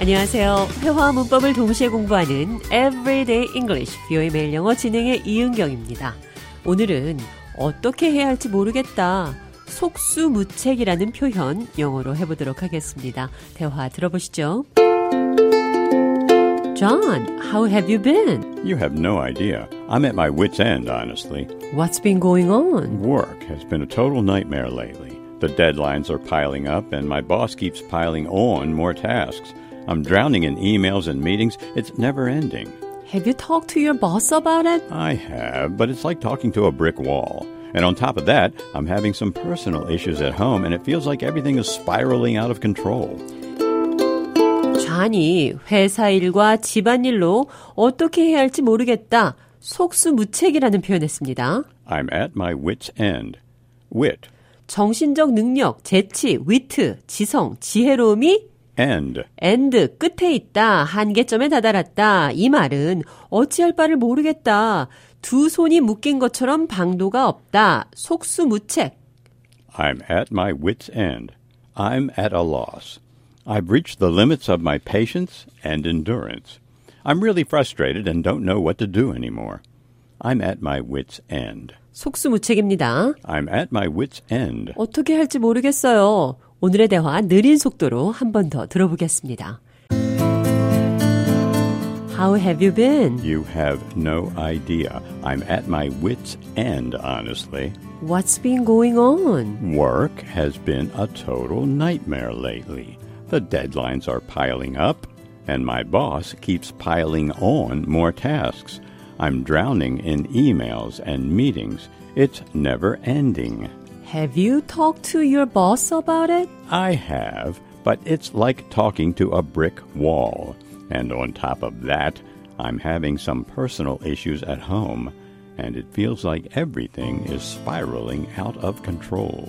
안녕하세요. 회화와 문법을 동시에 공부하는 Everyday English, 뷰의 매일 영어 진행의 이은경입니다. 오늘은 어떻게 해야 할지 모르겠다. 속수무책이라는 표현 영어로 해보도록 하겠습니다. 대화 들어보시죠. John, how have you been? You have no idea. I'm at my wits' end, honestly. What's been going on? Work has been a total nightmare lately. The deadlines are piling up, and my boss keeps piling on more tasks. I'm drowning in emails and meetings. It's never ending. Have you talked to your boss about it? I have, but it's like talking to a brick wall. And on top of that, I'm having some personal issues at home, and it feels like everything is spiraling out of control. 좌니 회사 일과 집안일로 어떻게 해야 할지 모르겠다. 속수무책이라는 표현했습니다. I'm at my wits' end. Wit. 정신적 능력, 재치, 위트, 지성, 지혜로움이 End. end 끝에 있다. 한계점에 다다랐다. 이 말은 어찌할 바를 모르겠다. 두 손이 묶인 것처럼 방도가 없다. 속수무책. I'm at my wits' end. I'm at a loss. I've reached the limits of my patience and endurance. I'm really frustrated and don't know what to do anymore. I'm at my wits' end. 속수무책입니다. I'm at my wits' end. 어떻게 할지 모르겠어요. 오늘의 대화 느린 속도로 한 번 더 들어보겠습니다. How have you been? You have no idea. I'm at my wits' end, honestly. What's been going on? Work has been a total nightmare lately. The deadlines are piling up, and my boss keeps piling on more tasks. I'm drowning in emails and meetings. It's never ending. Have you talked to your boss about it? I have, but it's like talking to a brick wall. And on top of that, I'm having some personal issues at home, and it feels like everything is spiraling out of control.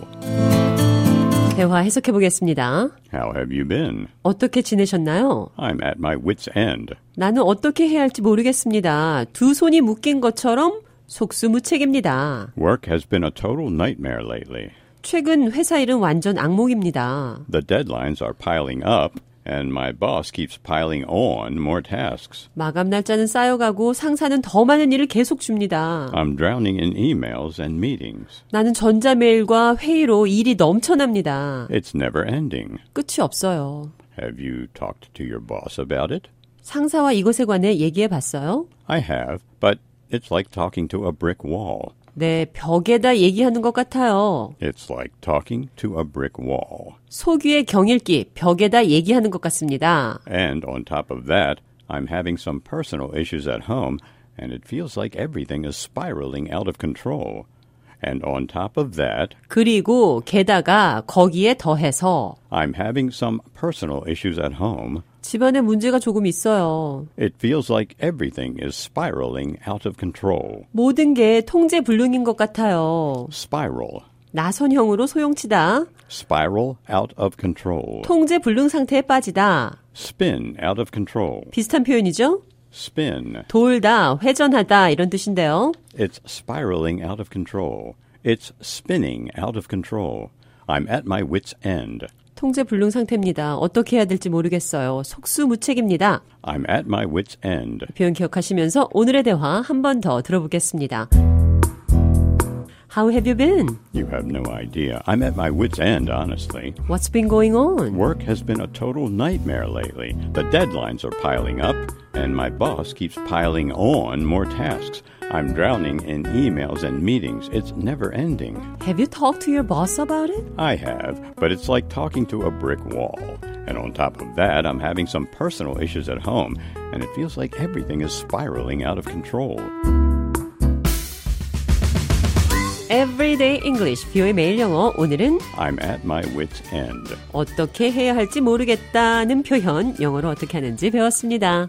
대화 해석해 보겠습니다. How have you been? 어떻게 지내셨나요? I'm at my wits' end. 나는 어떻게 해야 할지 모르겠습니다. 두 손이 묶인 것처럼 속수무책입니다. Work has been a total nightmare lately. 최근 회사 일은 완전 악몽입니다. The deadlines are piling up, and my boss keeps piling on more tasks. 마감 날짜는 쌓여가고 상사는 더 많은 일을 계속 줍니다. I'm drowning in emails and meetings. 나는 전자메일과 회의로 일이 넘쳐납니다. It's never ending. 끝이 없어요. Have you talked to your boss about it? 상사와 이것에 관해 얘기해 봤어요? I have, but it's like talking to a brick wall. 네, 벽에다 얘기하는 것 같아요. It's like talking to a brick wall. 소규의 경일기, 벽에다 얘기하는 것 같습니다. And on top of that, I'm having some personal issues at home, and it feels like everything is spiraling out of control. And on top of that, 그리고 게다가 거기에 더해서 I'm having some personal issues at home. 집안에 문제가 조금 있어요. It feels like everything is spiraling out of control. 모든 게 통제불능인 것 같아요. Spiral. 나선형으로 소용치다. Spiral out of control. 통제불능 상태에 빠지다. Spin out of control. 비슷한 표현이죠? Spin. 돌다, 회전하다 이런 뜻인데요. It's spiraling out of control. It's spinning out of control. I'm at my wits' end. 통제불능 상태입니다. 어떻게 해야 될지 모르겠어요. 속수무책입니다. I'm at my wits' end. 표현 기억하시면서 오늘의 대화 한 번 더 들어보겠습니다. How have you been? You have no idea. I'm at my wits' end, honestly. What's been going on? Work has been a total nightmare lately. The deadlines are piling up, and my boss keeps piling on more tasks. I'm drowning in emails and meetings. It's never ending. Have you talked to your boss about it? I have, but it's like talking to a brick wall. And on top of that, I'm having some personal issues at home, and it feels like everything is spiraling out of control. Everyday English, 뷰의 매일 영어. 오늘은 I'm at my wits' end. 어떻게 해야 할지 모르겠다는 표현 영어로 어떻게 하는지 배웠습니다.